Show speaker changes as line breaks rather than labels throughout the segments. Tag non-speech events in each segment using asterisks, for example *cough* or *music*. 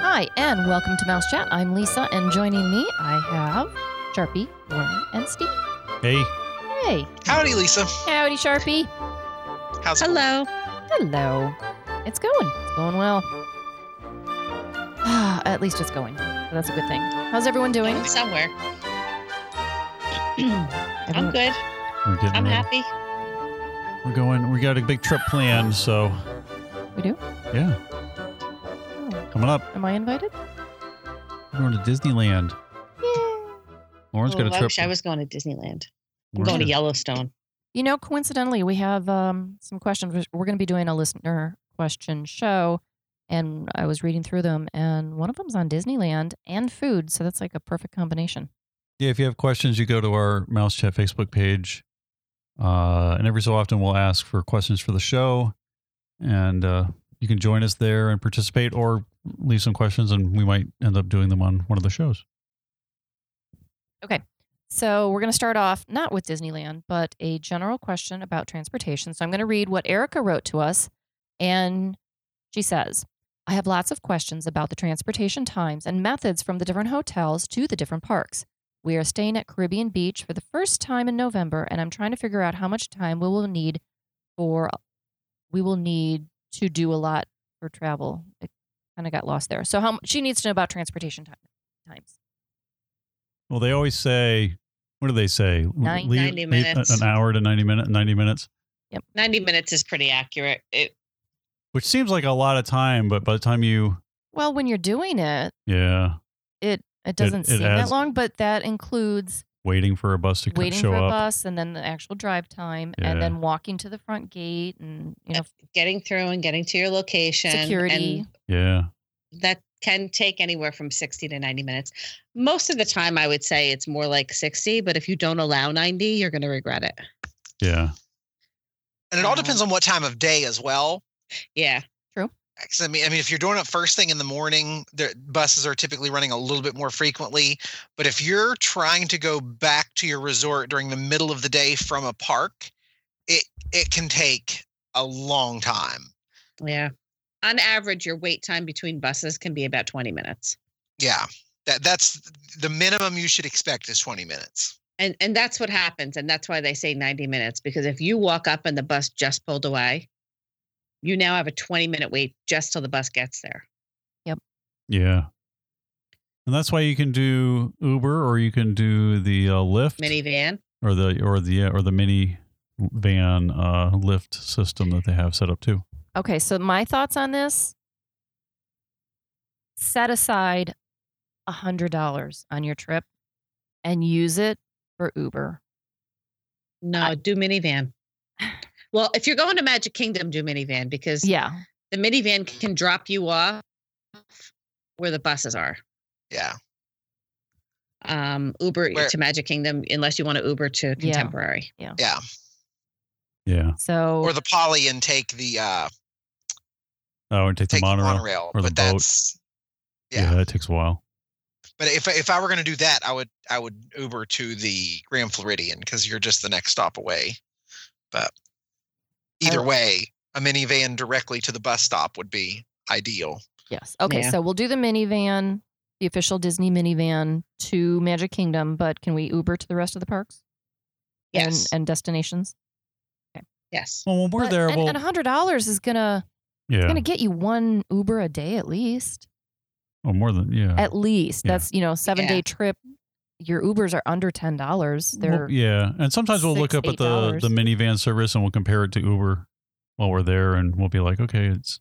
Hi, and welcome to Mouse Chat. I'm Lisa, and joining me, I have Sharpie, Lauren, and Steve.
Hey,
Hey,
Howdy, Lisa.
howdy, Sharpie.
How's it
Hello.
Hello. It's going. It's going well. *sighs* At least it's going. So that's a good thing. How's everyone doing?
I'm somewhere. I'm
Mm.
Everyone-
good.
we're getting
I'm
ready.
happy.
We're going. We got a big trip planned, so
We do?
yeah,
Oh,
coming up.
am I invited?
We're going to Disneyland.
Yeah.
Lauren's got
Ooh,
a
Oh, I
trip.
wish I was going to Disneyland. I'm
Lauren's
going to
got-
Yellowstone.
You know, coincidentally, we have um, some questions. We're- We're going to be doing a listener question show, and I was reading through them, and one of them's on Disneyland and food, so that's like a perfect combination.
Yeah, if you have questions, you go to our Mouse Chat Facebook page, uh, and every so often we'll ask for questions for the show, and uh, you can join us there and participate, or leave some questions, and we might end up doing them on one of the shows.
So we're going to start off not with Disneyland, but a general question about transportation. So I'm going to read what Erica wrote to us, and she says, I have lots of questions about the transportation times and methods from the different hotels to the different parks. We are staying at Caribbean Beach for the first time in November, and I'm trying to figure out how much time we will need for we will need to do a lot for travel. It kind of got lost there. So how mu- she needs to know about transportation time, times.
Well, they always say, what do they say?
Nine-
90 minutes.
An hour to ninety minute, ninety minutes.
90 minutes is pretty accurate. It,
which seems like a lot of time, but by the time you,
Well, when you're doing it,
yeah,
it it doesn't
it
seem that
adds-
long, but that includes
waiting for a bus to co-
waiting
show
for a
up,
bus and then the actual drive time
Yeah.
and then walking to the front gate and you know
getting through and getting to your location.
security.
yeah,
And that can take anywhere from 60 to 90 minutes. Most of the time, I would say it's more like 60, but if you don't allow 90, you're going to regret it.
yeah,
And it all depends on what time of day as well.
Yeah.
'Cause I mean, I mean, if you're doing it first thing in the morning, the buses are typically running a little bit more frequently. But if you're trying to go back to your resort during the middle of the day from a park, it it can take a long time.
Yeah. On average, your wait time between buses can be about 20 minutes.
Yeah, that that's the minimum you should expect is 20 minutes.
And and that's what happens. And that's why they say 90 minutes, because if you walk up and the bus just pulled away, you now have a 20 minute wait just till the bus gets there.
yeah, and that's why you can do Uber or you can do the uh, Lyft
Minivan.
or the or the yeah, or the mini van uh, Lyft system that they have set up too.
Okay, so my thoughts on this: set aside a hundred dollars on your trip and use it for Uber.
No,
I-
do minivan. Well, if you're going to Magic Kingdom, do minivan because
Yeah,
the minivan can drop you off where the buses are.
Yeah,
Um, Uber
Where-
to Magic Kingdom, unless you want to Uber to Contemporary.
yeah.
Yeah,
so
Or the poly and take the uh
oh, and take,
take
the monorail. or the
but
boat.
that's
yeah.
yeah.
that takes a while.
But if if I were going to do that, I would I would Uber to the Grand Floridian because you're just the next stop away. But either
I-
way, a minivan directly to the bus stop would be ideal.
Yes. Okay.
Yeah.
So we'll do the minivan, the official Disney minivan to Magic Kingdom, but can we Uber to the rest of the parks?
Yes.
And, and destinations.
Yes.
Well, when we're
But-
there,
and,
we'll
and hundred dollars is gonna
yeah,
gonna get you one Uber a day at least.
oh, more than yeah,
At least
Yeah.
that's you know seven
Yeah.
day trip. Your Ubers are under ten dollars.
Well,
They're
yeah, and sometimes we'll look
six,
up at
eight
the
dollars.
the minivan service and we'll compare it to Uber while we're there, and we'll be like, okay, it's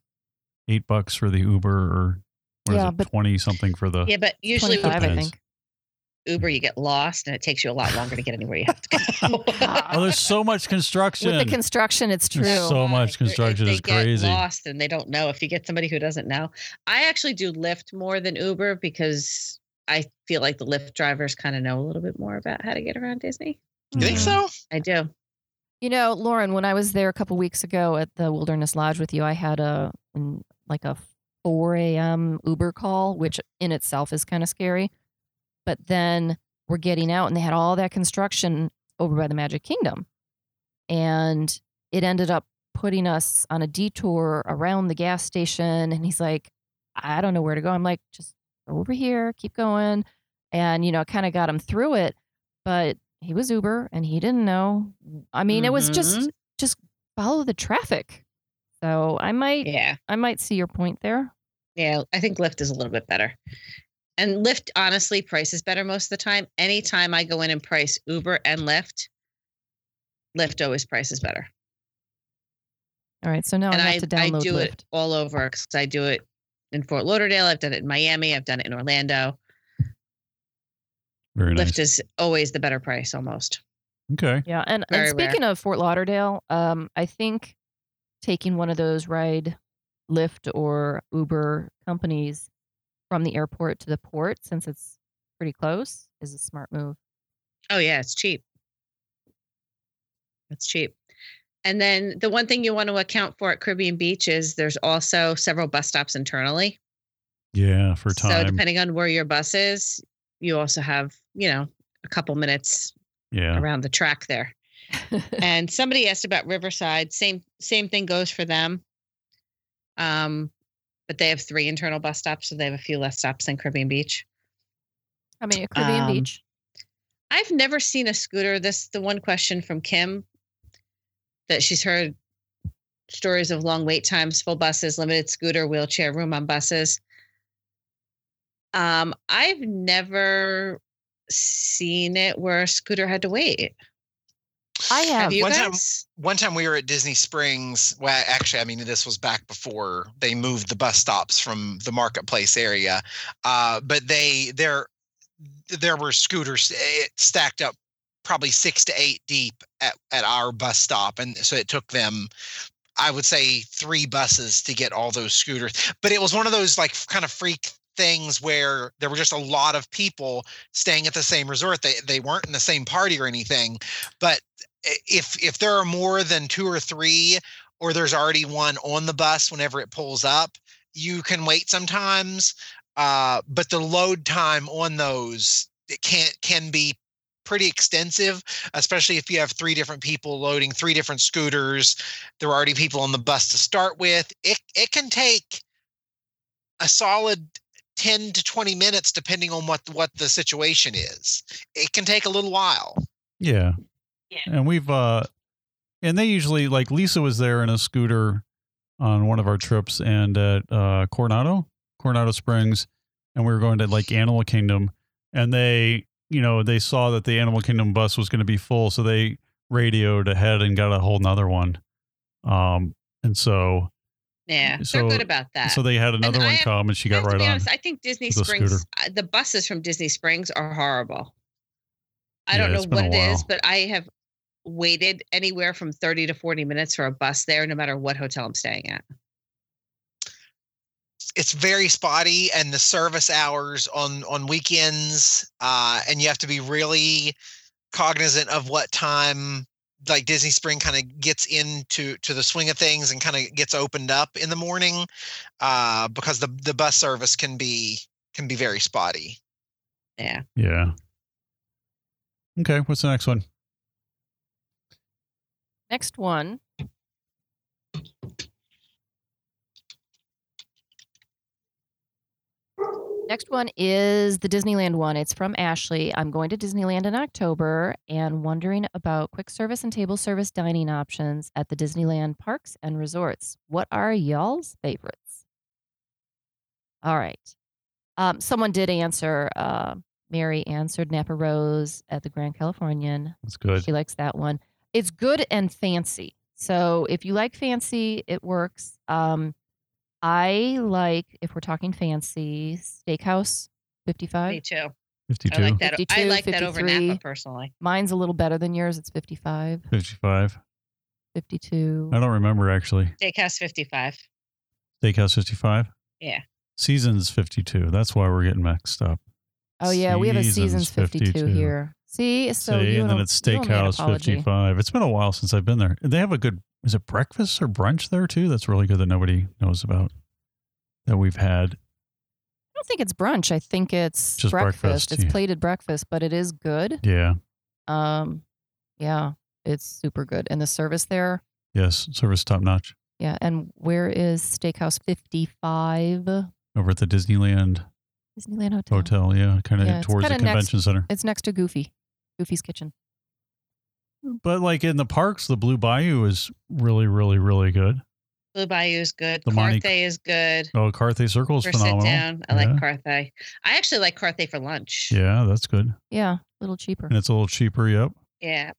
eight bucks for the Uber, or what is
Yeah,
it,
but-
twenty something for the.
Yeah, but usually
twenty
with
five, I
depends.
think.
Uber, you get lost and it takes you a lot longer to get anywhere you have to
*laughs*
go.
Oh, there's so much construction.
With the construction, it's true.
There's so much
If they're- if
construction
they
is
get
crazy.
Lost and they don't know. If you get somebody who doesn't know, I actually do Lyft more than Uber because I feel like the Lyft drivers kind of know a little bit more about how to get around Disney.
You think
Hmm.
Yeah.
so?
I do.
You know, Lauren, when I was there a couple weeks ago at the Wilderness Lodge with you, I had a mm, like a 4 a.m. Uber call, which in itself is kind of scary. But then we're getting out, and they had all that construction over by the Magic Kingdom, and it ended up putting us on a detour around the gas station. And he's like, I don't know where to go. I'm like, just go over here, keep going. And, you know, kind of got him through it, but he was Uber and he didn't know. I mean, it was just,
Mhm.
just follow the traffic. So I might,
Yeah.
I might see your point there.
Yeah, I think Lyft is a little bit better. And Lyft, honestly, price is better most of the time. Anytime I go in and price Uber and Lyft, Lyft always prices better.
All right. So now
and
I
I,
have to
I
download
do
Lyft.
it all over because I do it in Fort Lauderdale. I've done it in Miami. I've done it in Orlando.
Very nice.
Lyft is always the better price almost.
Okay.
Yeah, and, and
Very rare.
speaking of Fort Lauderdale, um, I think taking one of those ride, Lyft or Uber companies from the airport to the port, since it's pretty close, is a smart move.
Oh, yeah, it's cheap. It's cheap. And then the one thing you want to account for at Caribbean Beach is there's also several bus stops internally.
Yeah, for
So
time.
depending on where your bus is, you also have, you know, a couple minutes
yeah.
around the
*laughs*
track there. and somebody asked about Riverside. Same same thing goes for them. Um, but they have three internal bus stops, so they have a few less stops than Caribbean Beach.
I mean, at Caribbean
Um,
Beach.
I've never seen a scooter. This the one question from Kim that she's heard stories of long wait times, full buses, limited scooter, wheelchair room on buses. Um, I've never seen it where a scooter had to wait.
I have.
Have you
One time-
guys?
One time we were at Disney Springs. Well, actually, I mean, this was back before they moved the bus stops from the marketplace area. Uh, but they there there were scooters eh, stacked up probably six to eight deep at, at our bus stop. And so it took them, I would say, three buses to get all those scooters. But it was one of those like kind of freak things where there were just a lot of people staying at the same resort. They they weren't in the same party or anything. But i- if if there are more than two or three, or there's already one on the bus whenever it pulls up, you can wait sometimes. Uh, but the load time on those it can can be pretty extensive, especially if you have three different people loading three different scooters. There are already people on the bus to start with. It it can take a solid 10 to 20 minutes depending on what what the situation is. It can take a little while.
Yeah.
Yeah.
And we've uh and they usually like Lisa was there in a scooter on one of our trips and at uh Coronado, Coronado Springs, and we were going to like Animal Kingdom and they you know, they saw that the Animal Kingdom bus was gonna be full, so they radioed ahead and got a whole nother one. Um and so
Yeah,
so-
they're good about that.
so they had another
I
one
have-
come and she got
I have to
right
be
on.
honest, I think Disney
with a
Springs,
scooter.
uh, the buses from Disney Springs are horrible. I
Yeah,
don't know
it's been
what
a
it is,
while.
but I have waited anywhere from 30 to 40 minutes for a bus there, no matter what hotel I'm staying at.
it's very spotty and the service hours on on weekends uh and you have to be really cognizant of what time like disney spring kind of gets into to the swing of things and kind of gets opened up in the morning uh because the the bus service can be can be very spotty
Yeah.
Yeah. Okay, what's the next one?
Next one. Next one is the Disneyland one. It's from Ashley. I'm going to Disneyland in October and wondering about quick service and table service dining options at the Disneyland parks and resorts. What are y'all's favorites? All right. Um, someone did answer. Uh, Mary answered Napa Rose at the Grand Californian.
That's good.
She likes that one. It's good and fancy. So if you like fancy, it works. Um, I like if we're talking fancy, Steakhouse 55.
Me too.
Fifty
I
two.
like that.
52,
I like that over
53.
Napa personally.
Mine's a little better than yours. It's 55,
Fifty five.
52.
I don't remember actually.
Steakhouse 55.
Steakhouse 55?
Yeah.
Seasons 52. That's why we're getting mixed up.
Oh yeah, we have a seasons
Seasons
52,
52.
here. See, so
See,
you
and then
don't-
it's
you owe me an
Steakhouse
apology.
55. It's been a while since I've been there. They have a good, is it breakfast or brunch there too? That's really good that nobody knows about that we've had.
I don't think it's brunch. I think it's
Just
breakfast.
breakfast,
It's
yeah.
plated breakfast, but it is good.
Yeah.
Um, yeah, it's super good, and the service there
Yes. Service top notch.
Yeah, and where is Steakhouse 55?
over at the Disneyland
Disneyland Hotel.
Hotel. Yeah, kind of
Yeah, it's
towards the
kinda next-
convention center.
It's next to Goofy, Goofy's Kitchen.
But like in the parks, the Blue Bayou is really, really, really good.
Blue Bayou is good.
The Monte-
Carthay is good.
Oh, Carthay Circle is
For sit
phenomenal.
down, I like
Yeah.
Carthay. I actually like Carthay for lunch.
Yeah, that's good,
Yeah, a little cheaper.
and it's a little cheaper. Yep.
Yeah.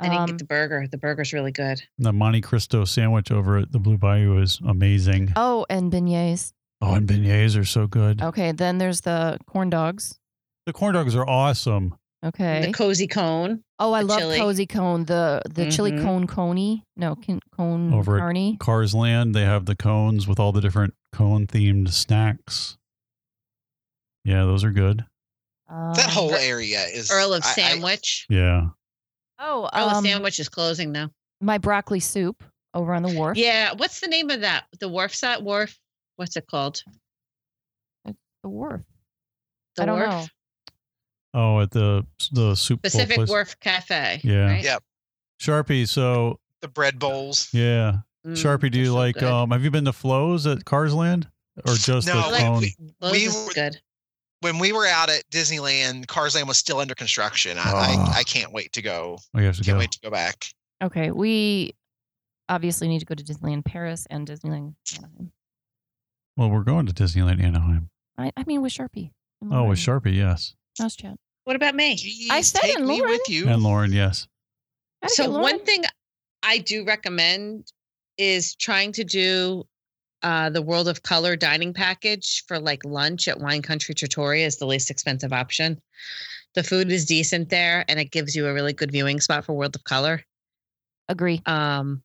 And you can
Um,
get the burger. The burger's really good.
And the Monte Cristo sandwich over at the Blue Bayou is amazing.
oh, and beignets.
Oh, and beignets are so
Oh.
good.
Okay, then there's the corn dogs.
The corn dogs are awesome.
And
Okay.
The cozy cone.
oh, I
the
love
chili.
cozy cone. The the chili
Mhm.
cone coney. No, can, cone
Over at-
carney.
Cars Land, they have the cones with all the different cone themed snacks. Yeah, those are good.
that
Um,
whole area is
Uh, Earl of
I- I-
Sandwich.
Yeah.
Oh,
Earl of
um,
Sandwich is closing now.
my broccoli soup over on the wharf.
Yeah. What's the name of that? The wharf side wharf. What's it called?
the wharf.
The
I don't
wharf.
know.
Oh, at the the soup bowl
Pacific
place.
Wharf Cafe.
Yeah.
Right?
Yeah.
Sharpie. So
the bread bowls.
yeah,
Mm,
Sharpie. Do
they're
you
so
like?
good.
Um, have you been to Flo's at Cars Land or just
No,
the
like-
cone?
we-
Lowe's
we
is
were-
good.
when we were out at Disneyland, Cars Land was still under construction. I,
Ah.
I, I can't wait to go.
oh, you have to
Can't
go.
wait to go back.
Okay, we obviously need to go to Disneyland Paris and Disneyland. Anaheim.
Well, we're going to Disneyland Anaheim.
I, I mean with Sharpie. and
Oh,
Lauren.
with Sharpie, yes,
Mouse chat.
What about me?
I
Please
said
take
in
me
Lauren.
with you.
and Lauren, yes.
I
so
think Lauren-
one thing I do recommend is trying to do uh, the World of Color dining package for like lunch at Wine Country Trattoria is the least expensive option. The food is decent there, and it gives you a really good viewing spot for World of Color.
agree.
Um,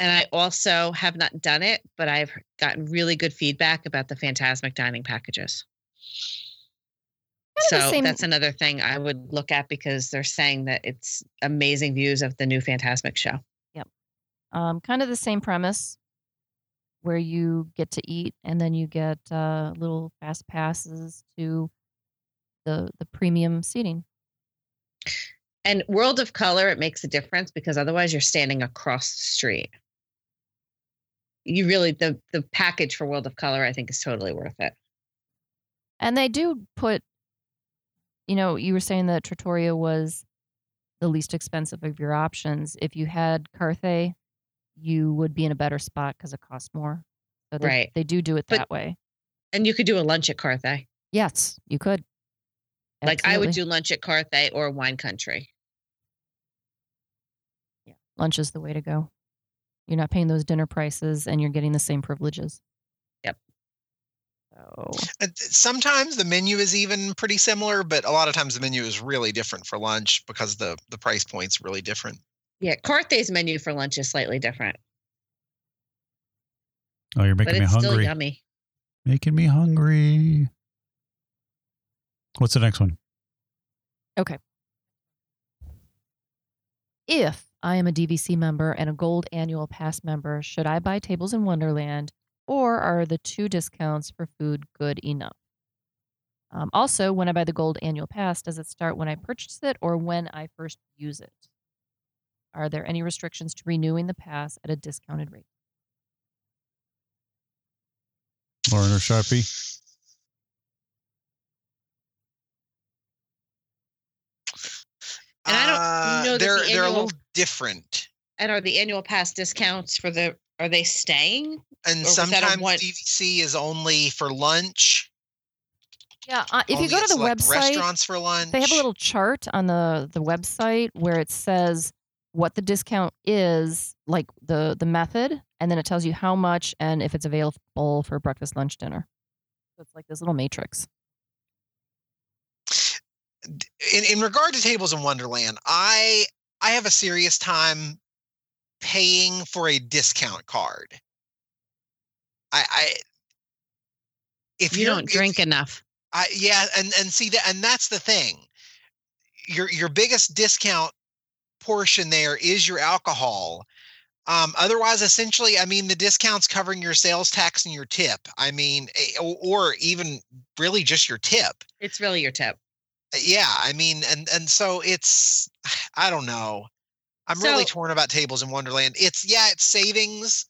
and I also have not done it, but I've gotten really good feedback about the Fantasmic dining packages.
Kind of the
So
same-
that's another thing I would look at because they're saying that it's amazing views of the new Fantasmic show.
Um, kind of the same premise where you get to eat and then you get uh, little fast passes to the the premium seating.
And World of Color, it makes a difference because otherwise you're standing across the street. You really the the package for World of Color, I think, is totally worth it.
And they do put, you know, you were saying that Trattoria was the least expensive of your options. If you had Carthay, you would be in a better spot because it costs more. So they,
Right.
They do do it
But-
that way.
And you could do a lunch at Carthay.
Yes, you could.
Like I would
Absolutely.
do lunch at Carthay or Wine Country.
Lunch is the way to go. You're not paying those dinner prices and you're getting the same privileges.
Yep.
So
Uh, Sometimes the menu is even pretty similar, but a lot of times the menu is really different for lunch because the the price point's really different.
Yeah, Carthay's menu for lunch is slightly different,
Oh, you're
but
making me
it's still
hungry.
yummy.
Making me hungry. What's the next one?
if I am a DVC member and a gold annual pass member, should I buy tables in Wonderland or are the two discounts for food good enough? Um, also, when I buy the gold annual pass, does it start when I purchase it or when I first use it? Are there any restrictions to renewing the pass at a discounted rate?
Lauren or Sharpie?
And I don't know that
Uh, they're
the
they're a
annual-
little different,
And are the annual pass discounts for the are they staying?
and
Or was that a
sometimes
one-
DVC is only for lunch.
Yeah, uh, if
only
you go
at
to the
select
website,
Oh, restaurants for lunch,
they have a little chart on the the website where it says what the discount is like the the method and then it tells you how much and if it's available for breakfast lunch dinner so it's like this little matrix
in, in regard to tables in wonderland i i have a serious time paying for a discount card i i if
If you
you're-
don't
if-
drink enough,
I, yeah and and see that and that's the thing your your biggest discount portion there is your alcohol um, otherwise essentially i mean the discounts covering your sales tax and your tip i mean eh, or, or even really just your tip
it's really your tip.
Uh, yeah i mean and and so it's *sighs* i don't know i'm really
So-
torn about tables in wonderland it's yeah it's savings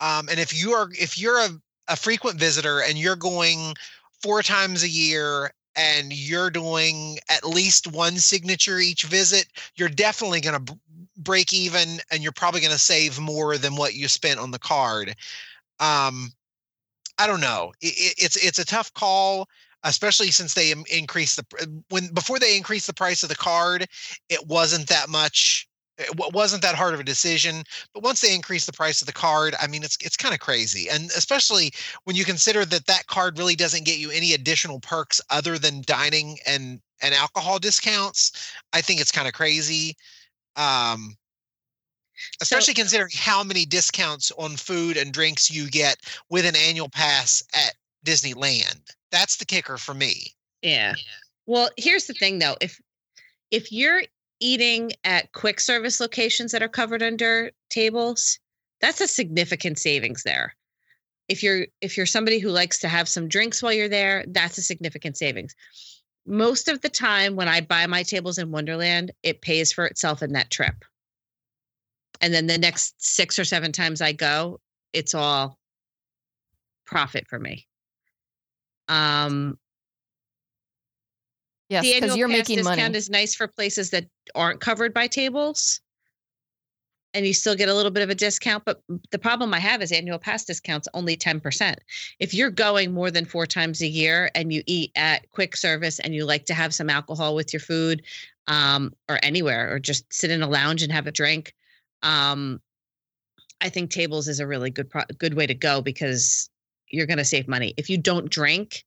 um and if you are if you're a a frequent visitor and you're going four times a year and you're doing at least one signature each visit, you're definitely going to b- break even and you're probably going to save more than what you spent on the card. Um, I don't know. It, it- it's it's a tough call, especially since they im- increased the pr- when before they increased the price of the card, it wasn't that much. It wa- wasn't that hard of a decision, but once they increased the price of the card, I mean, it's it's kind of crazy, and especially when you consider that that card really doesn't get you any additional perks other than dining and and alcohol discounts. I think it's kind of crazy. Um, especially considering how many discounts on food and drinks you get with an annual pass at Disneyland. That's the kicker for me.
Yeah. Well, here's the thing though. If if you're eating at quick service locations that are covered under tables, that's a significant savings there. If you're if you're somebody who likes to have some drinks while you're there, that's a significant savings. Most of the time when I buy my tables in Wonderland, it pays for itself in that trip. And then the next 6 or 7 times I go, it's all profit for me. Um
Yes,
the
because
annual
you're
pass
making
discount
money.
is nice for places that aren't covered by tables, and you still get a little bit of a discount. But the problem I have is annual pass discounts only ten percent. If you're going more than four times a year and you eat at quick service and you like to have some alcohol with your food, um, or anywhere, or just sit in a lounge and have a drink, um, I think tables is a really good pro- good way to go because you're going to save money. If you don't drink,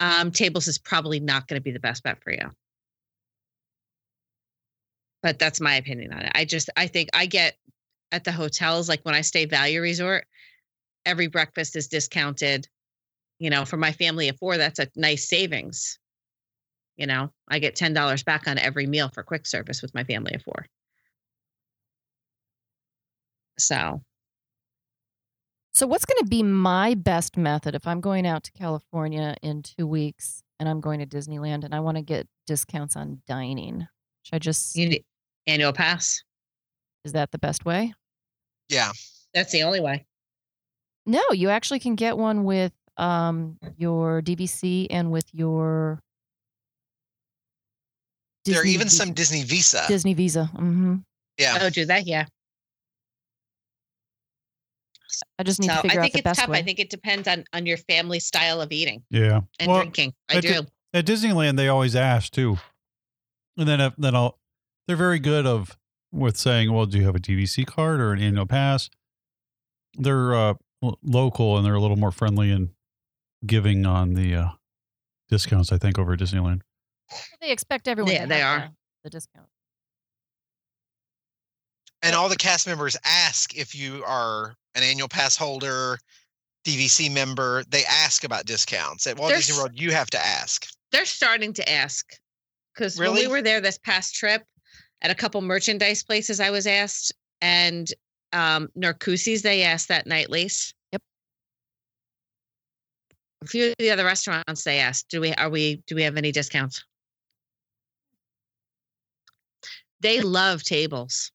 um, tables is probably not going to be the best bet for you. But that's my opinion on it. I just I think I get at the hotels like when I stay value resort, every breakfast is discounted. You know, for my family of four, that's a nice savings. You know, I get ten dollars back on every meal for quick service with my family of four. So
So, what's going to be my best method if I'm going out to California in two weeks and I'm going to Disneyland and I want to get discounts on dining? Should I just,
you need annual pass.
is that the best way?
Yeah.
That's the only way.
No, you actually can get one with um, your DVC and with your.
there are
Disney
even
Visa-
some Disney Visa.
Disney Visa. hmm
yeah.
Oh, do that, yeah.
I just need
so
to
I
figure out
think
the
it's
best
tough.
way.
I think it depends on on your family style of eating
Yeah.
and
Well,
drinking. I
I
do.
did- at Disneyland they always ask too, and then if, then I'll they're very good of with saying, well, do you have a DVC card or an annual pass? They're uh, lo- local and they're a little more friendly and giving on the uh, discounts. I think over at Disneyland.
they expect everyone.
Yeah,
to
they
have
are.
The, the discount.
and all the cast members ask if you are an annual pass holder, DVC member. They ask about discounts at Walt Disney
There's-
World. You have to ask. *laughs*
They're starting to ask because when
Really?
we were there this past trip, at a couple merchandise places, I was asked, and um, Narcoosies, they asked that night lease.
Yep.
A few of the other restaurants, they asked, "Do we are we do we have any discounts?" They love tables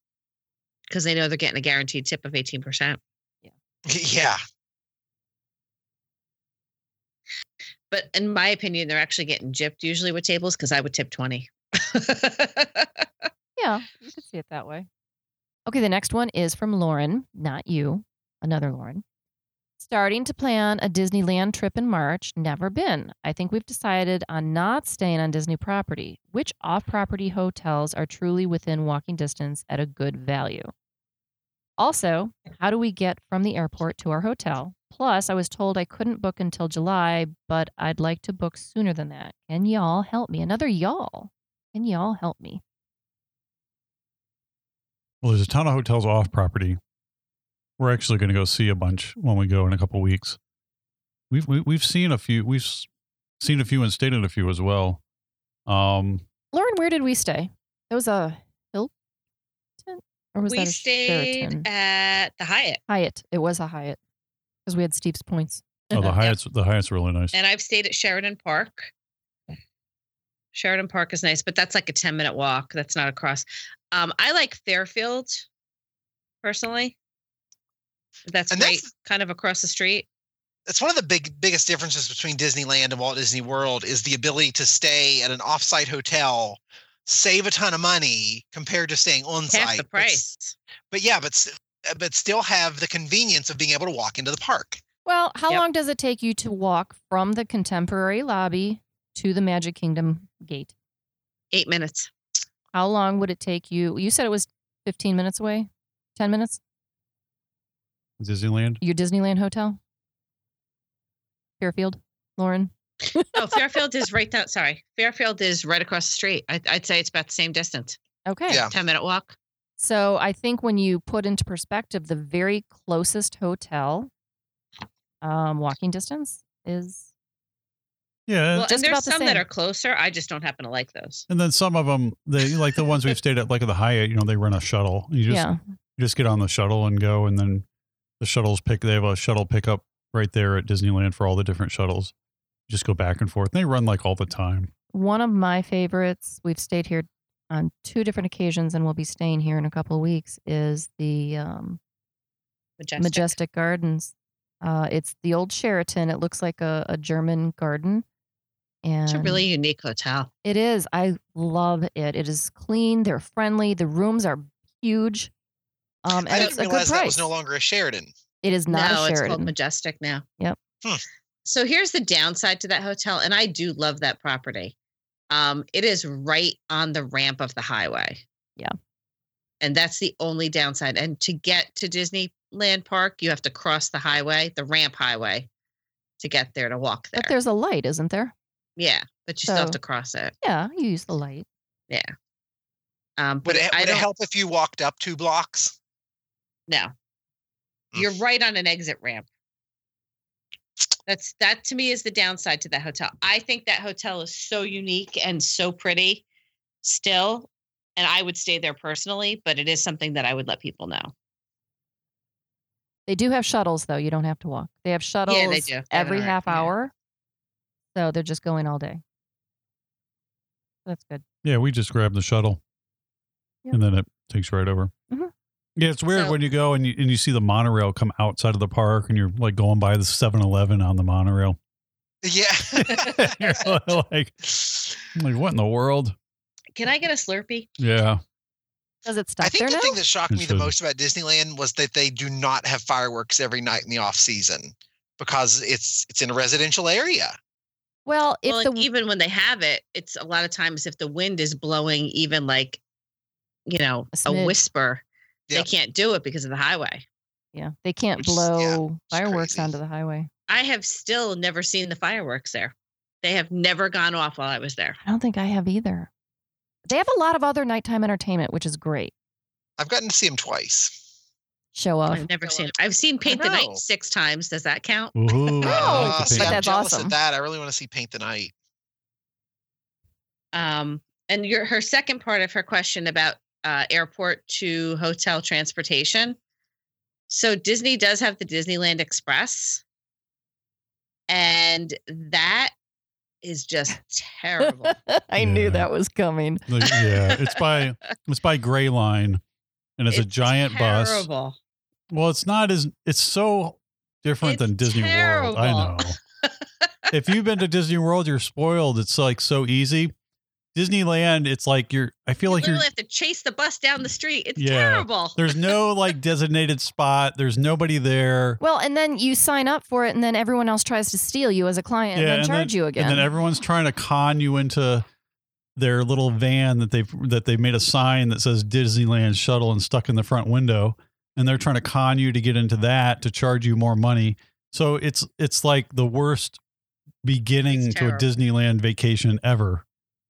because they know they're getting a guaranteed tip of eighteen percent.
yeah.
but in my opinion, they're actually getting gypped usually with tables because I would tip *laughs* 20.
Yeah, you could see it that way. Okay, the next one is from Lauren, not you, another Lauren. Starting to plan a Disneyland trip in March. Never been. I think we've decided on not staying on Disney property. Which off property hotels are truly within walking distance at a good value? Also, how do we get from the airport to our hotel? Plus, I was told I couldn't book until July, but I'd like to book sooner than that. Can y'all help me? Another y'all. Can y'all help me?
Well, there's a ton of hotels off property. We're actually going to go see a bunch when we go in a couple weeks. We've we, we've seen a few. We've s- seen a few and stayed at a few as well. Um,
Lauren, where did we stay? That was a Hilton, or was
we
that a
stayed
Sheraton?
at the Hyatt,
Hyatt. It was a Hyatt because we had Steve's points.
oh, the
Yep.
Hyatt's the Hyatt's really nice.
and I've stayed at Sheridan Park. Sheridan Park is nice, but that's like a 10 minute walk. That's not across. Um, I like Fairfield personally. That's
And
right
that's-
kind of across the street.
that's one of the big biggest differences between Disneyland and Walt Disney World is the ability to stay at an offsite hotel, save a ton of money compared to staying on site.
half the price.
But yeah, but s- but still have the convenience of being able to walk into the park.
Well, how
Yep.
long does it take you to walk from the contemporary lobby to the Magic Kingdom gate?
Eight minutes.
How long would it take you? You said it was 15 minutes away, 10 minutes?
Disneyland.
Your Disneyland hotel? Fairfield, Lauren?
Oh, Fairfield is right down. Sorry, Fairfield is right across the street. I, I'd say it's about the same distance.
Okay.
Yeah.
Ten minute walk.
So I think when you put into perspective, the very closest hotel, um, walking distance is
Yeah,
Well,
just
and there's
about the
some that
same.
are closer. I just don't happen to like those.
and then some of them, they like the ones we've stayed at, like at the Hyatt. You know, they rent a shuttle. You just
yeah.
you just get on the shuttle and go, and then the shuttles pick. They have a shuttle pickup right there at Disneyland for all the different shuttles. You just go back and forth. They run like all the time.
One of my favorites. We've stayed here on two different occasions, and we'll be staying here in a couple of weeks. Is the um,
Majestic.
Majestic, Gardens? Uh, it's the old Sheraton. It looks like a, a German garden, and
It's a really unique hotel.
It is. I love it. It is clean. They're friendly. The rooms are huge. Um, and
I
it's
didn't
a good
realize that was
price.
no longer a Sheridan.
It is not
no,
a
it's called
Sheraton.
Majestic now.
Yep.
Hmm.
So here's the downside to that hotel, and I do love that property. Um, it is right on the ramp of the highway.
Yeah.
And that's the only downside. And to get to Disneyland Park, you have to cross the highway, the ramp highway, to get there to walk there.
but there's a light, isn't there?
yeah, but you still have
So-
to cross it.
Yeah, you use the light.
Um,
Would
but
it,
I
would it
don't.
help if you walked up two blocks? *laughs*
No. You're right on an exit ramp. That's that to me is the downside to that hotel. I think that hotel is so unique and so pretty still. And I would stay there personally, but it is something that I would let people know.
They do have shuttles, though. You don't have to walk. They have shuttles
they do. They have
every
an hour,
half
yeah.
hour. So they're just going all day. That's good.
Yeah, we just grab the shuttle,
Yeah.
and then it takes you right over.
Mhm.
Yeah, it's weird
So-
when you go and you, and you see the monorail come outside of the park, and you're like going by the 7-Eleven on the monorail. *laughs*
Yeah.
*laughs*
you're *laughs* like, like, what in the world?
Can I get a Slurpee?
Yeah,
Does it
I
stop
think
there
the
now?
thing that shocked
It
me the
should.
most about Disneyland was that they do not have fireworks every night in the off season because it's it's in a residential area.
well, if
well,
the
and even when they have it, it's a lot of times if the wind is blowing even like, you know,
A
a,
smidge.
whisper,
Yeah.
they can't do it because of the highway.
yeah, they can't
Which is- yeah,
blow
it's
fireworks
crazy.
onto the highway.
I have still never seen the fireworks there. They have never gone off while I was there.
I don't think I have either. They have a lot of other nighttime entertainment, which is great.
I've gotten to see them twice.
Show off.
Oh, I've never seen it. I've seen Paint the
know.
Night six times. Does that count?
Ooh, I
*laughs*
like
No,
the
but
see,
pink.
I'm
Oh, that's
jealous
awesome.
of Oh, that. I really want to see Paint the Night.
Um, and your her second part of her question about uh, airport to hotel transportation. So Disney does have the Disneyland Express, and that is just
*laughs*
terrible.
*laughs* I knew
Yeah.
that was coming.
Like, yeah, it's by it's by Gray Line, and it's, a giant bus.
terrible.
Well, it's not as it's so different than
It's
Disney World. I know.
terrible.
if you've been to Disney World, you're spoiled. It's like so easy. Disneyland, it's like you're. I feel
You
like you're.
literally have to chase the bus down the street. It's
Yeah.
terrible.
There's no
*laughs*
like designated spot. There's nobody there.
Well, and then you sign up for it, and then everyone else tries to steal you as a client and
Yeah,
then
and
charge you again.
And then everyone's trying to con you into their little van that they've that they made a sign that says Disneyland shuttle and stuck in the front window. And they're trying to con you to get into that to charge you more money. So it's it's like the worst beginning
It's
to a
terrible.
Disneyland vacation ever.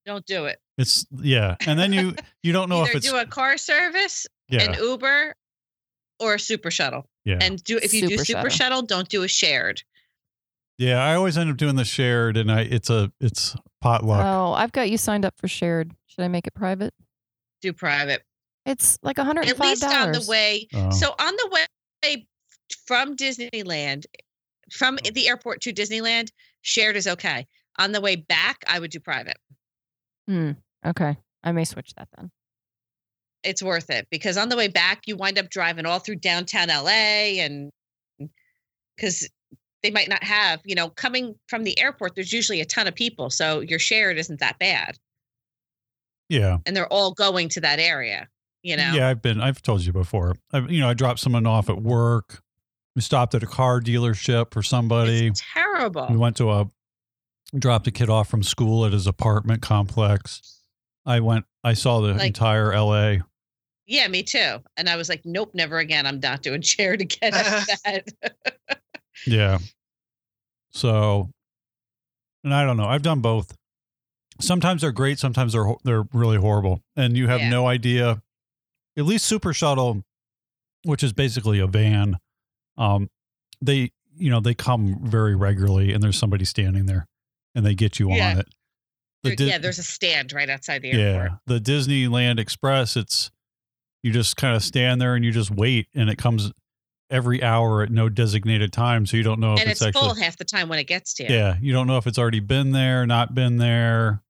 Don't do it.
It's yeah. And then
*laughs*
you you don't know
Either
if it's
do a car service,
yeah.
an Uber, or a super shuttle.
Yeah.
And do if you do
Super
super
shuttle.
shuttle, don't do a shared.
yeah, I always end up doing the shared and I it's a it's potluck.
oh, I've got you signed up for shared. Should I make it private?
Do private.
It's like one hundred and
At
five
least on
dollars.
the way.
Oh.
So on the way from Disneyland, from the airport to Disneyland, shared is okay. On the way back, I would do private.
Okay, I may switch that then.
It's worth it because on the way back, you wind up driving all through downtown LA and because they might not have, you know, coming from the airport, there's usually a ton of people. So your shared isn't that bad.
Yeah.
And they're all going to that area, you know?
Yeah, I've been. I've told you before. I, you know, I dropped someone off at work. We stopped at a car dealership for somebody.
It's terrible.
We went to a dropped a kid off from school at his apartment complex. I went. I saw the
Like-
entire L.A.
Yeah, me too. And I was like, nope, never again. I'm not doing *laughs* shared again *laughs* after that.
Yeah. So, and I don't know. I've done both. Sometimes they're great. Sometimes they're ho- they're really horrible, and you have
Yeah.
no idea. At least Super Shuttle, which is basically a van, um, they you know they come very regularly, and there's somebody standing there, and they get you on
Yeah.
it. The
There-
Di-
yeah, there's a stand right outside the airport.
yeah, the Disneyland Express. It's you just kind of stand there and you just wait, and it comes every hour at no designated time, so you don't know Oh, if
And it's,
actually
full half the time when it gets to you.
yeah, you don't know if it's already been there, not been there.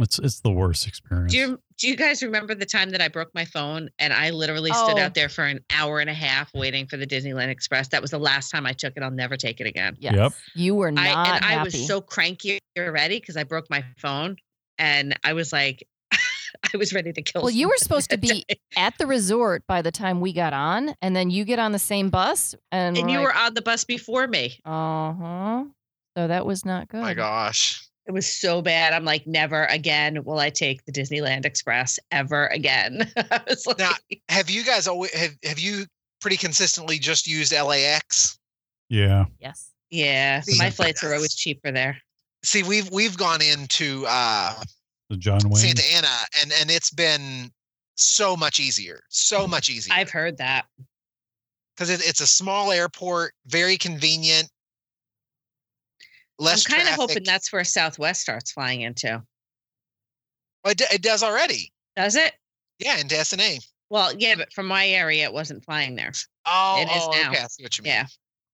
It's it's the worst experience.
Do you do you guys remember the time that I broke my phone and I literally
Oh.
stood out there for an hour and a half waiting for the Disneyland Express? That was the last time I took it. I'll never take it again.
Yes.
Yep.
You were not
I and
happy.
I was so cranky already because I broke my phone and I was like *laughs* I was ready to kill
well, you were
someone
supposed to
that
be
day.
at the resort by the time we got on, and then you get on the same bus, and,
and you were on the bus before me.
uh huh. So that was not good.
My gosh.
It was so bad. I'm like, never again will I take the Disneyland Express ever again. *laughs* I was like,
Now-
*laughs*
Have you guys always have have you pretty consistently just used LAX?
Yeah.
Yes.
yeah,
See,
my flights are
that's-
always cheaper there.
See, we've we've gone into uh
The John Wayne.
Santa Ana and and it's been so much easier.
Mm.
So much easier.
I've heard that.
because it, it's a small airport, very convenient. Less
I'm kind of
traffic.
hoping that's where Southwest starts flying into.
Well, Oh, it, d- it does already.
Does it?
Yeah, into SNA.
Well, yeah, but from my area, it wasn't flying there.
Oh,
It is
oh,
now.
okay. I see what you mean.
Yeah,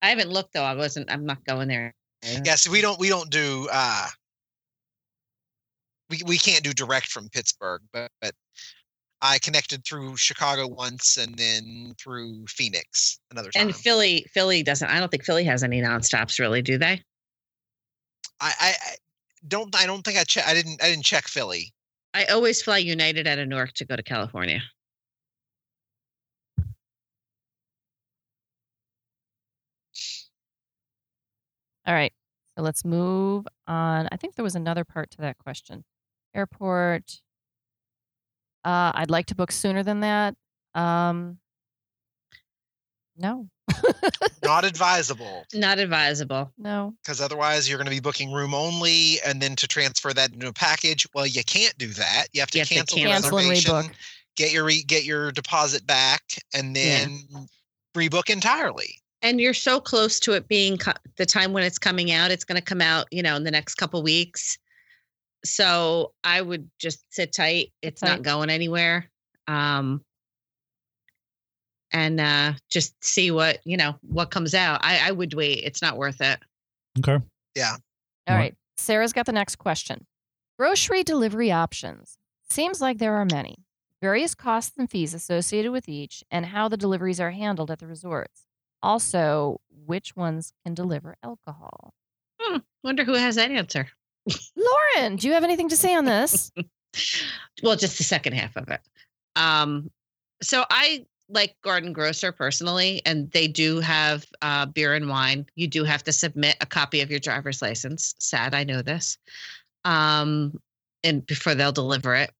I haven't looked though. I wasn't. I'm not going there.
Yeah, so we don't we don't do uh we we can't do direct from Pittsburgh, but but I connected through Chicago once and then through Phoenix another time.
And Philly, Philly doesn't. I don't think Philly has any nonstops, really, do they?
I, I I don't I don't think I che- I didn't I didn't check Philly.
I always fly United out of Newark to go to California.
All right. So let's move on. I think there was another part to that question. Airport. Uh, I'd like to book sooner than that. Um, no,
Not advisable
Not advisable.
no.
because otherwise you're going to be booking room only and then to transfer that into a package, well you can't do that. You have to
You have to
cancel,
Cancel and
reservation,
rebook.
get your re- get your deposit back and
Yeah.
then rebook entirely. *laughs*
And you're so close to it being co- the time when it's coming out. It's going to come out, you know, in the next couple weeks. So I would just sit tight. It's
tight.
not going anywhere. Um, and uh, just see what you know what comes out. I, I would wait. It's not worth it.
okay.
All
What?
right. Sarah's got the next question. Grocery delivery options. Seems like there are many. Various costs and fees associated with each, and how the deliveries are handled at the resorts. Also, which ones can deliver alcohol?
Wonder who has that answer.
Lauren, do you have anything to say on this?
well, just the second half of it. Um, so I like Garden Grocer personally, and they do have uh, beer and wine. You do have to submit a copy of your driver's license. Sad, I know this. Um, and before they'll deliver it,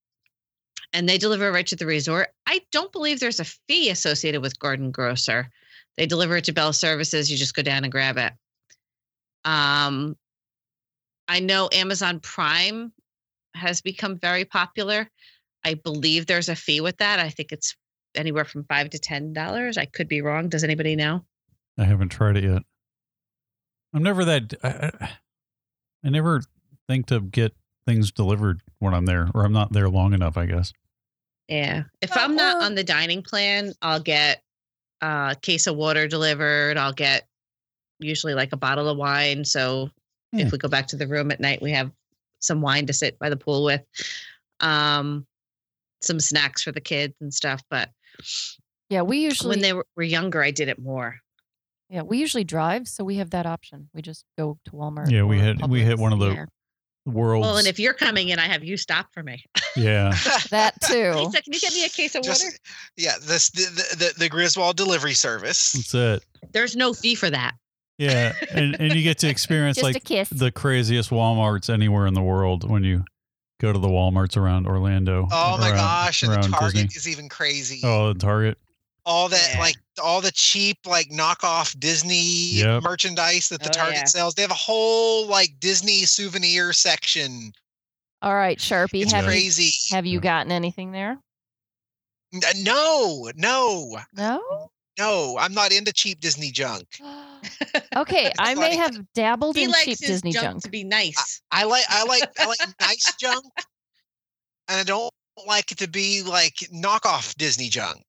and they deliver right to the resort. I don't believe there's a fee associated with Garden Grocer. They deliver it to Bell Services. You just go down and grab it. Um, I know Amazon Prime has become very popular. I believe there's a fee with that. I think it's anywhere from five to ten dollars. I could be wrong. Does anybody know?
I haven't tried it yet. I'm never that. I, I, I never think to get things delivered when I'm there, or I'm not there long enough. I guess.
Yeah. If
Well,
I'm not
or-
on the dining plan, I'll get a case of water delivered. I'll get usually like a bottle of wine. So
Hmm.
if we go back to the room at night, we have some wine to sit by the pool with. Um some snacks for the kids and stuff. But
yeah, we usually
when they were, were younger, I did it more.
Yeah, we usually drive, so we have that option. We just go to Walmart.
Yeah, we
or
hit- we hit
Publix
one of the-
here.
World's
Well, and if you're coming in, I have you stop for me. *laughs*
yeah.
that too.
Lisa, can you get me a case of
Just-
water?
yeah, this the, the the- the Griswold delivery service.
That's it.
There's no fee for that.
Yeah, and and you get
*laughs*
to experience
Just
like
a kiss.
the craziest WalMarts anywhere in the world when you go to the WalMarts around Orlando.
Oh my
around-
gosh, and the
around
Target
Disney.
is even crazy.
Oh, Target. *laughs*
all that
Yeah.
like all the cheap like knockoff Disney
Yep.
merchandise that the
Oh,
Target
yeah.
sells. They have a whole like Disney souvenir section.
All right, Sharpie,
It's
have you,
crazy.
have you
Yeah.
gotten anything there?
N- uh, No, no,
No.
no. I'm not into cheap Disney junk.
*gasps* okay, I may
Funny.
have dabbled
He
in
likes
cheap
his
Disney
junk,
junk.
to be nice.
I like I like I
*laughs*
like nice junk, and I don't like it to be like knockoff Disney junk,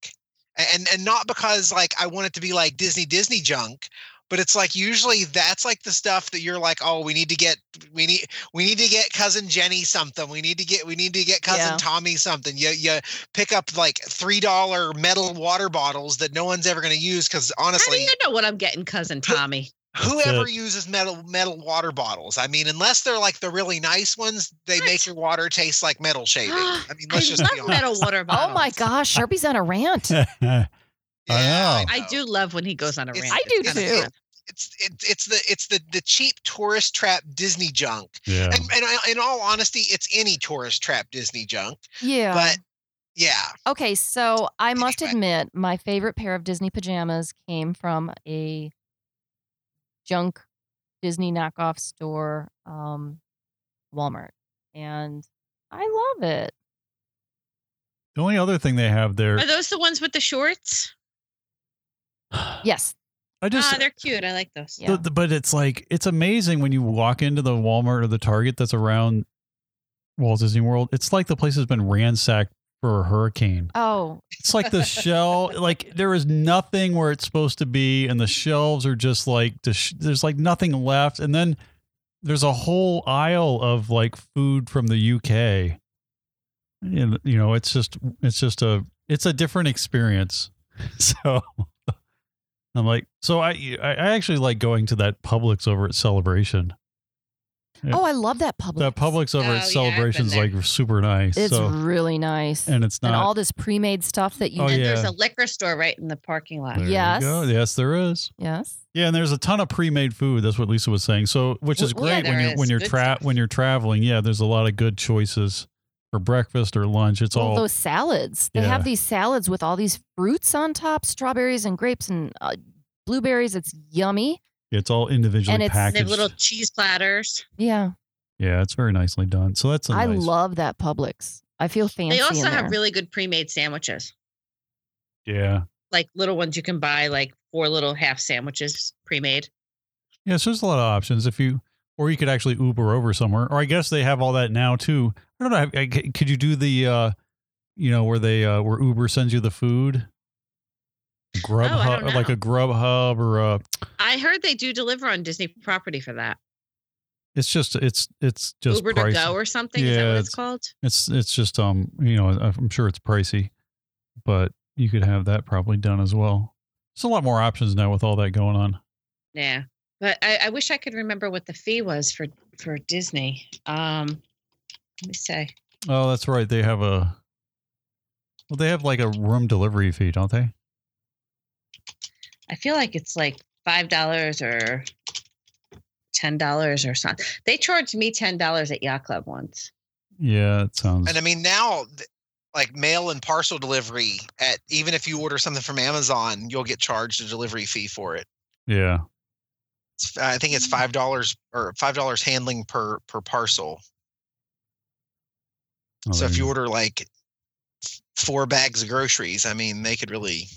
A- and and not because like I want it to be like Disney Disney junk, but it's like usually that's like the stuff that you're like, oh, we need to get we need we need to get cousin Jenny something, we need to get we need to get cousin
Yeah.
Tommy something. You you pick up like three dollar metal water bottles that no one's ever gonna use because
How
honestly,
do you know what I'm getting, cousin Tommy?
whoever
it.
uses metal metal water bottles i mean unless they're like the really nice ones they make
Right.
your water taste like metal
*gasps*
shaving i mean *laughs*
I
let's just be
love
honest
metal
*laughs*
water
Oh
bottles.
my gosh, Sharpie's on a rant.
*laughs*
*laughs*
I know.
I do love when he goes on a
It's-
rant.
I do
it's-
too.
it's it's it's the it's the the cheap tourist trap disney junk
Yeah.
and, and I- in all honesty it's any tourist trap disney junk
Yeah.
but yeah
Okay, so I must
Anyway.
admit, my favorite pair of Disney pajamas came from a junk Disney knockoff store, um, Walmart, and I love it.
The only other thing they have there,
Are those the ones with the shorts?
Yes,
*sighs* I just
ah, they're cute. I like those.
yeah.
The- the- but it's like it's amazing when you walk into the Walmart or the Target that's around Walt Disney World. It's like the place has been ransacked for a hurricane.
Oh,
It's like the shell, like there is nothing where it's supposed to be, and the shelves are just like dis- there's like nothing left. And then there's a whole aisle of like food from the UK, and you know it's just it's just a it's a different experience. *laughs* So I'm like, so I I I actually like going to that Publix over at Celebration. Yeah.
oh, I love that public.
That Publix over
Oh, yeah,
at
I've been
Celebration's
there.
like super nice.
It's
so
really nice, and,
and it's not.
all this pre-made stuff that you.
Oh,
and
yeah.
there's a liquor store right in the parking lot.
There you
Yes.
go. Yes, there is.
Yes.
Yeah, and there's a ton of pre-made food. That's what Lisa was saying. So, which is
Well, yeah,
great when
there
you're when
is.
you're
Good
tra-
stuff.
when you're traveling. Yeah, there's a lot of good choices for breakfast or lunch. It's
Well,
all
those salads. They have
Yeah.
these salads with all these fruits on top, strawberries and grapes and uh, blueberries. It's yummy.
it's all individually
and it's-
They have
packaged.
little cheese platters.
Yeah,
yeah, it's very nicely done. So that's a
I
nice.
love that Publix. I feel fancy.
They also
in there.
have really good pre-made sandwiches,
yeah,
like little ones you can buy, like four little half sandwiches pre-made.
yeah. So there's a lot of options if you or you could actually Uber over somewhere. Or I guess they have all that now too. I don't know. I, I- could you do the uh, you know, where they uh, where Uber sends you the food? Grub
Oh, I
hub,
don't know.
like a Grub Hub or a
I heard they do deliver on Disney property for that.
It's just it's it's just
Uber
pricey.
to go or something. Is that
Yeah,
what
it's-
it's called?
It's it's just um you know I'm sure it's pricey, but you could have that probably done as well. There's a lot more options now with all that going on.
Yeah. But I, I wish I could remember what the fee was for for Disney. Um let me say.
Oh, that's right. They have a well, they have like a room delivery fee, don't they?
I feel like it's like five dollars or ten dollars or something. They charged me ten dollars at Yacht Club once.
Yeah, it sounds.
and i mean now th- like mail and parcel delivery at even if you order something from amazon you'll get charged a delivery fee for it
yeah,
It's- i think it's five dollars or five dollars handling per per parcel
Oh,
So
there
if you
go.
order like f- four bags of groceries, I mean, they could really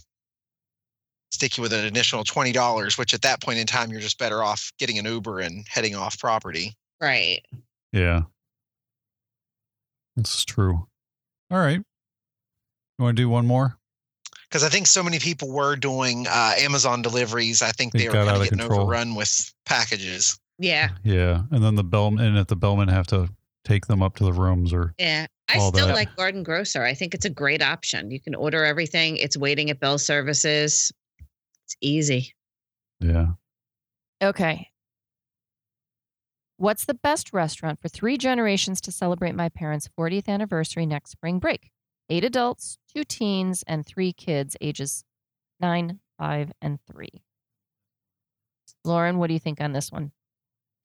stick you with an additional twenty dollars, which at that point in time, you're just better off getting an Uber and heading off property.
Right.
yeah, this is true. All right, you want to do one more?
Because I think so many people were doing uh, Amazon deliveries. I think
It
they, were
got
kind
out
of
of
getting
control.
overrun with packages. *laughs*
Yeah.
Yeah, and then the bellman and if the bellman have to take them up to the rooms or
Yeah. I
All
still
that.
like Garden Grocer. I think it's a great option. You can order everything. It's waiting at Bell Services. It's easy.
Yeah.
Okay. What's the best restaurant for three generations to celebrate my parents' 40th anniversary next spring break? Eight adults, two teens, and three kids, ages nine, five, and three. Lauren, what do you think on this one?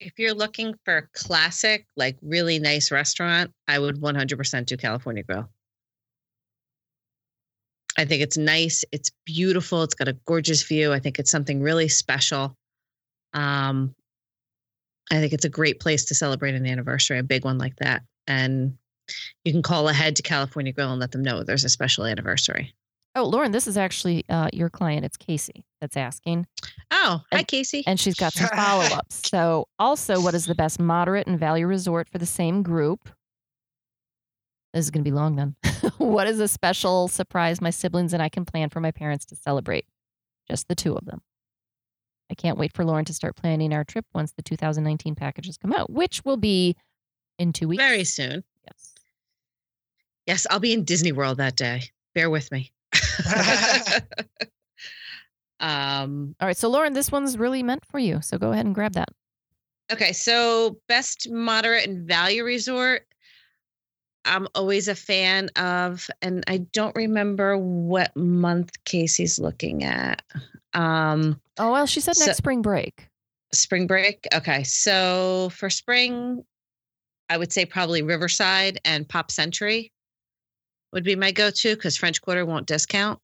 If you're looking for a classic, like really nice restaurant, I would 100% do California Grill. I think it's nice. It's beautiful. It's got a gorgeous view. I think it's something really special. Um, I think it's a great place to celebrate an anniversary, a big one like that. And you can call ahead to California Grill and let them know there's a special anniversary.
Oh, Lauren, this is actually uh, your client. It's Casey that's asking.
Oh, hi,
And-
Casey.
and she's
*laughs*
got some follow ups. So, also, what is the best moderate and value resort for the same group? This is going to be long then. *laughs* what is a special surprise my siblings and I can plan for my parents to celebrate? Just the two of them. I can't wait for Lauren to start planning our trip once the 2019 packages come out, which will be in two weeks.
Very soon.
Yes.
Yes, I'll be in Disney World that day. Bear with me. *laughs* um,
All right. So, Lauren, this one's really meant for you. So, go ahead and grab that.
Okay, so best moderate and value resort. I'm always a fan of, and I don't remember what month Casey's looking at. Um,
Oh, well, she said
So-
next spring break.
spring break. Okay, so for spring, I would say probably Riverside and Pop Century would be my go-to because French Quarter won't discount.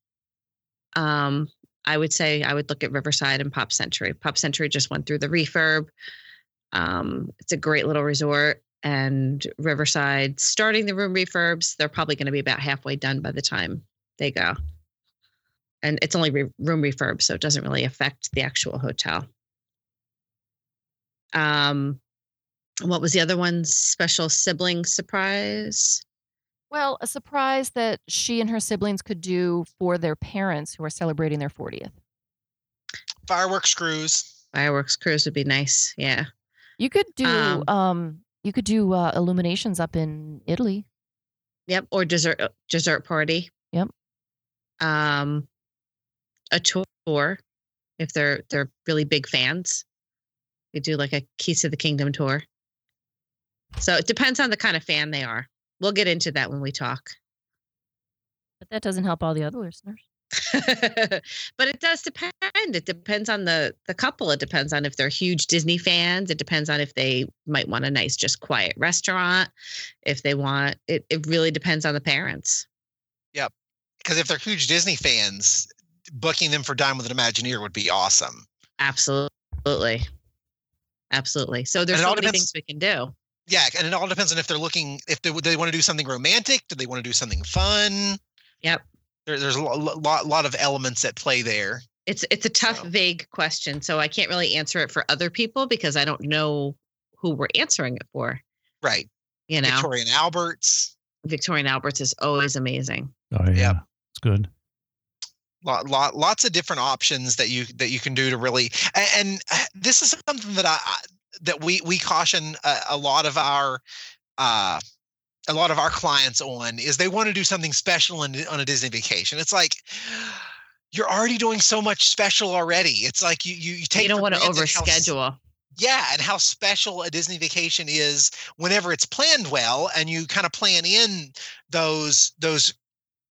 Um, I would say I would look at Riverside and Pop Century. Pop Century just went through the refurb. Um, it's a great little resort, and Riverside starting the room refurbs. They're probably going to be about halfway done by the time they go. And it's only re- room refurb, so it doesn't really affect the actual hotel um what was the other one special sibling surprise
Well, a surprise that she and her siblings could do for their parents who are celebrating their 40th.
Fireworks cruise.
fireworks cruise would be nice yeah
You could do um,
Um,
you could do uh, illuminations up in Italy.
yep or dessert uh, dessert party
Yep.
um a tour if they're they're really big fans we do like a keys to the kingdom tour so it depends on the kind of fan they are we'll get into that when we talk
But that doesn't help all the other listeners.
*laughs* but it does depend. It depends on the the couple. It depends on if they're huge Disney fans. It depends on if they might want a nice, just quiet restaurant. If they want it, it really depends on the parents.
Because if they're huge Disney fans, booking them for Dine with an Imagineer would be awesome.
Absolutely, absolutely. So there's
it
so
all
many
depends-
things we can do.
Yeah, and it all depends on if they're looking if they they want to do something romantic. Do they want to do something fun?
Yep.
There, there's a lot, lot lot of elements at play there.
It's it's a tough,
So-
vague question. So I can't really answer it for other people because I don't know who we're answering it for.
Right.
You know,
Victoria and Alberts.
Victorian Alberts is always amazing.
Oh yeah.
Yep.
It's good.
lot, lot, lots of different options that you that you can do to really a- and, uh, this is something that i I- that we we caution a, a lot of our uh a lot of our clients on is they want to do something special in, on a disney vacation it's like you're already doing so much special already it's like you you, you take
You don't
for
want to
granted how s-
overschedule.
yeah and how special a disney vacation is whenever it's planned well and you kind of plan in those those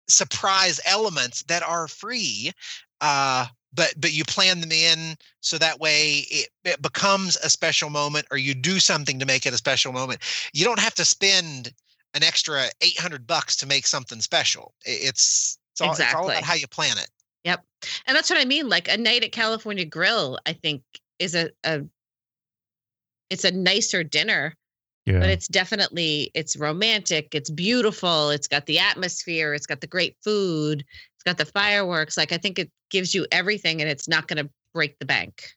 surprise elements that are free uh but but you plan them in so that way it, it becomes a special moment or you do something to make it a special moment you don't have to spend an extra 800 bucks to make something special I- it's it's all, it's all about
Exactly.
how you plan it
And that's what I mean. Like a night at California Grill, I think is a, a it's a nicer dinner,
Yeah.
but it's definitely it's romantic, it's beautiful, it's got the atmosphere, it's got the great food, it's got the fireworks. Like I think it gives you everything and it's not gonna break the bank.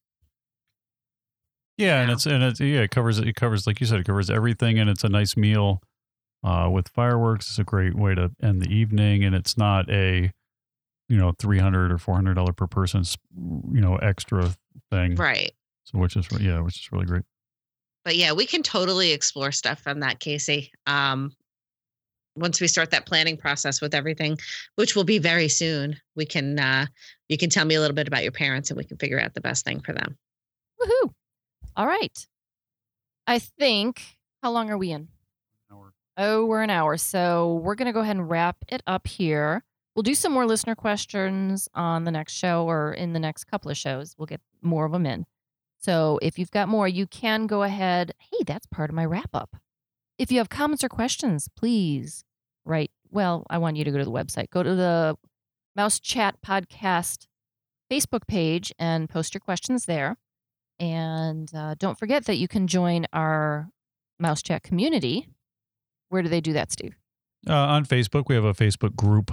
yeah, and
now.
it's and it's yeah, it covers it covers like you said, it covers everything and it's a nice meal uh with fireworks. It's a great way to end the evening and it's not a you know, three hundred or four hundred dollar per person, s- you know, extra thing.
Right.
So which is re- yeah, which is really great.
But yeah, we can totally explore stuff on that, Casey. Um once we start that planning process with everything, which will be very soon, we can uh, you can tell me a little bit about your parents and we can figure out the best thing for them.
Woohoo. All right. I think, how long are we in?
Hour.
Oh, we're an hour. So we're going to go ahead and wrap it up here. We'll do some more listener questions on the next show or in the next couple of shows. We'll get more of them in. So if you've got more, you can go ahead. Hey, that's part of my wrap up. If you have comments or questions, please write. Well, I want you to go to the website. Go to the Mouse Chat Podcast Facebook page and post your questions there. And uh, don't forget that you can join our Mouse Chat community. Where do they do that, Steve?
Uh, on Facebook, we have a Facebook group.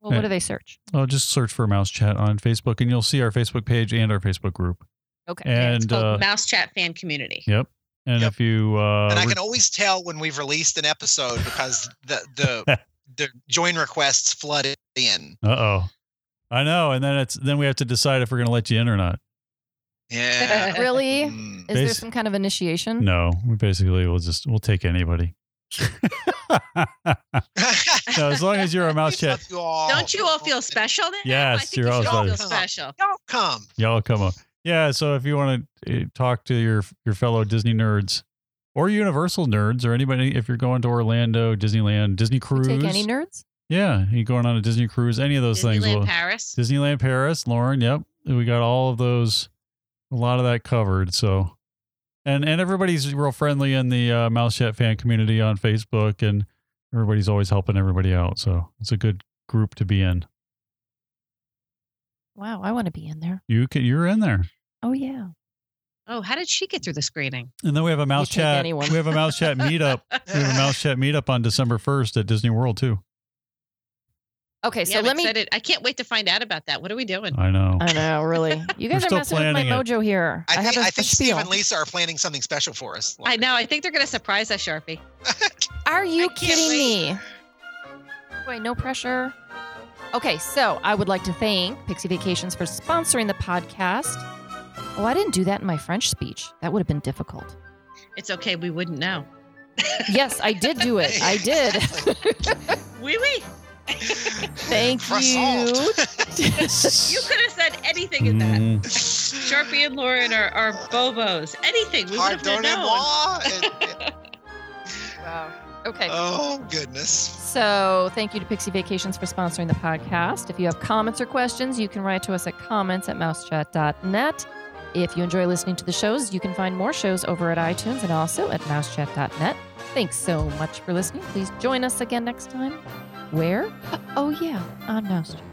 Well, what
Hey.
do they search?
Oh, just search for Mouse Chat on Facebook, and you'll see our Facebook page and our Facebook group.
Okay.
Yeah, it's
And
called
uh,
Mouse Chat Fan Community.
yep. And
Yep.
if you uh,
and I
re-
can always tell when we've released an episode because the the the join requests flood in.
Uh oh. I know, and then it's then we have to decide if we're going to let you in or not.
*laughs*
Eh.
*laughs* Yeah.
really? Is
Mm.
there
Basi-
some kind of initiation?
No, we basically will just we'll
*laughs*
take anybody. no, as long as you're a mouse chat,
Love you all.
Don't you all *laughs* feel special then?
Yes,
I think
you're "Oh,
you
all
should all feel
special.
special.
Y'all
*laughs*
come.
y'all come up. Yeah, so if you want to talk to your your fellow Disney nerds or Universal nerds or anybody, if you're going to Orlando, Disneyland, Disney
You
cruise,
Take any nerds?
yeah, you're going on a Disney cruise, any of those things,
Disneyland
will-
Paris.
Disneyland Paris, Lauren. Yep, we got all of those, a lot of that covered. So, and and everybody's real friendly in the uh, Mouse Chat fan community on Facebook, and everybody's always helping everybody out. So it's a good group to be in.
Wow, I want to be in there.
You can, you're in there,
Oh yeah.
Oh, how did she get through the screening?
and then we have a Mouse
take
Chat.
anyone.
We have a Mouse Chat meetup. we have a Mouse Chat meetup on December first at Disney World too.
Okay, so
Yeah, I'm
let me.
excited. I can't wait to find out about that. What are we doing?
I know.
I know, really. You guys are
still
messing with my
planning it.
mojo here.
I
have
think
a-
I
a
think
spiel.
Steve and Lisa are planning something special for us.
I know. I think they're going to surprise us, Sharpie.
Are you
can't
kidding
wait.
me? Wait, no pressure. Okay, so I would like to thank Pixie Vacations for sponsoring the podcast. Oh, I didn't do that in my French speech. That would have been difficult.
It's okay. We wouldn't know.
Yes, I did do it. I
*laughs*
did.
Wee wee.
Thank
Croissant.
*laughs* you.
You could have said anything in that.
Mm,
Sharpie and Lauren are, are bobos. Anything. We would have
Pardon moi.
known.
*laughs*
*laughs*
Okay.
oh goodness.
So, thank you to Pixie Vacations for sponsoring the podcast. If you have comments or questions, you can write to us at comments at mousechat.net. If you enjoy listening to the shows, you can find more shows over at iTunes and also at mousechat.net. Thanks so much for listening. Please join us again next time. Where? Oh, yeah, on Mousechat.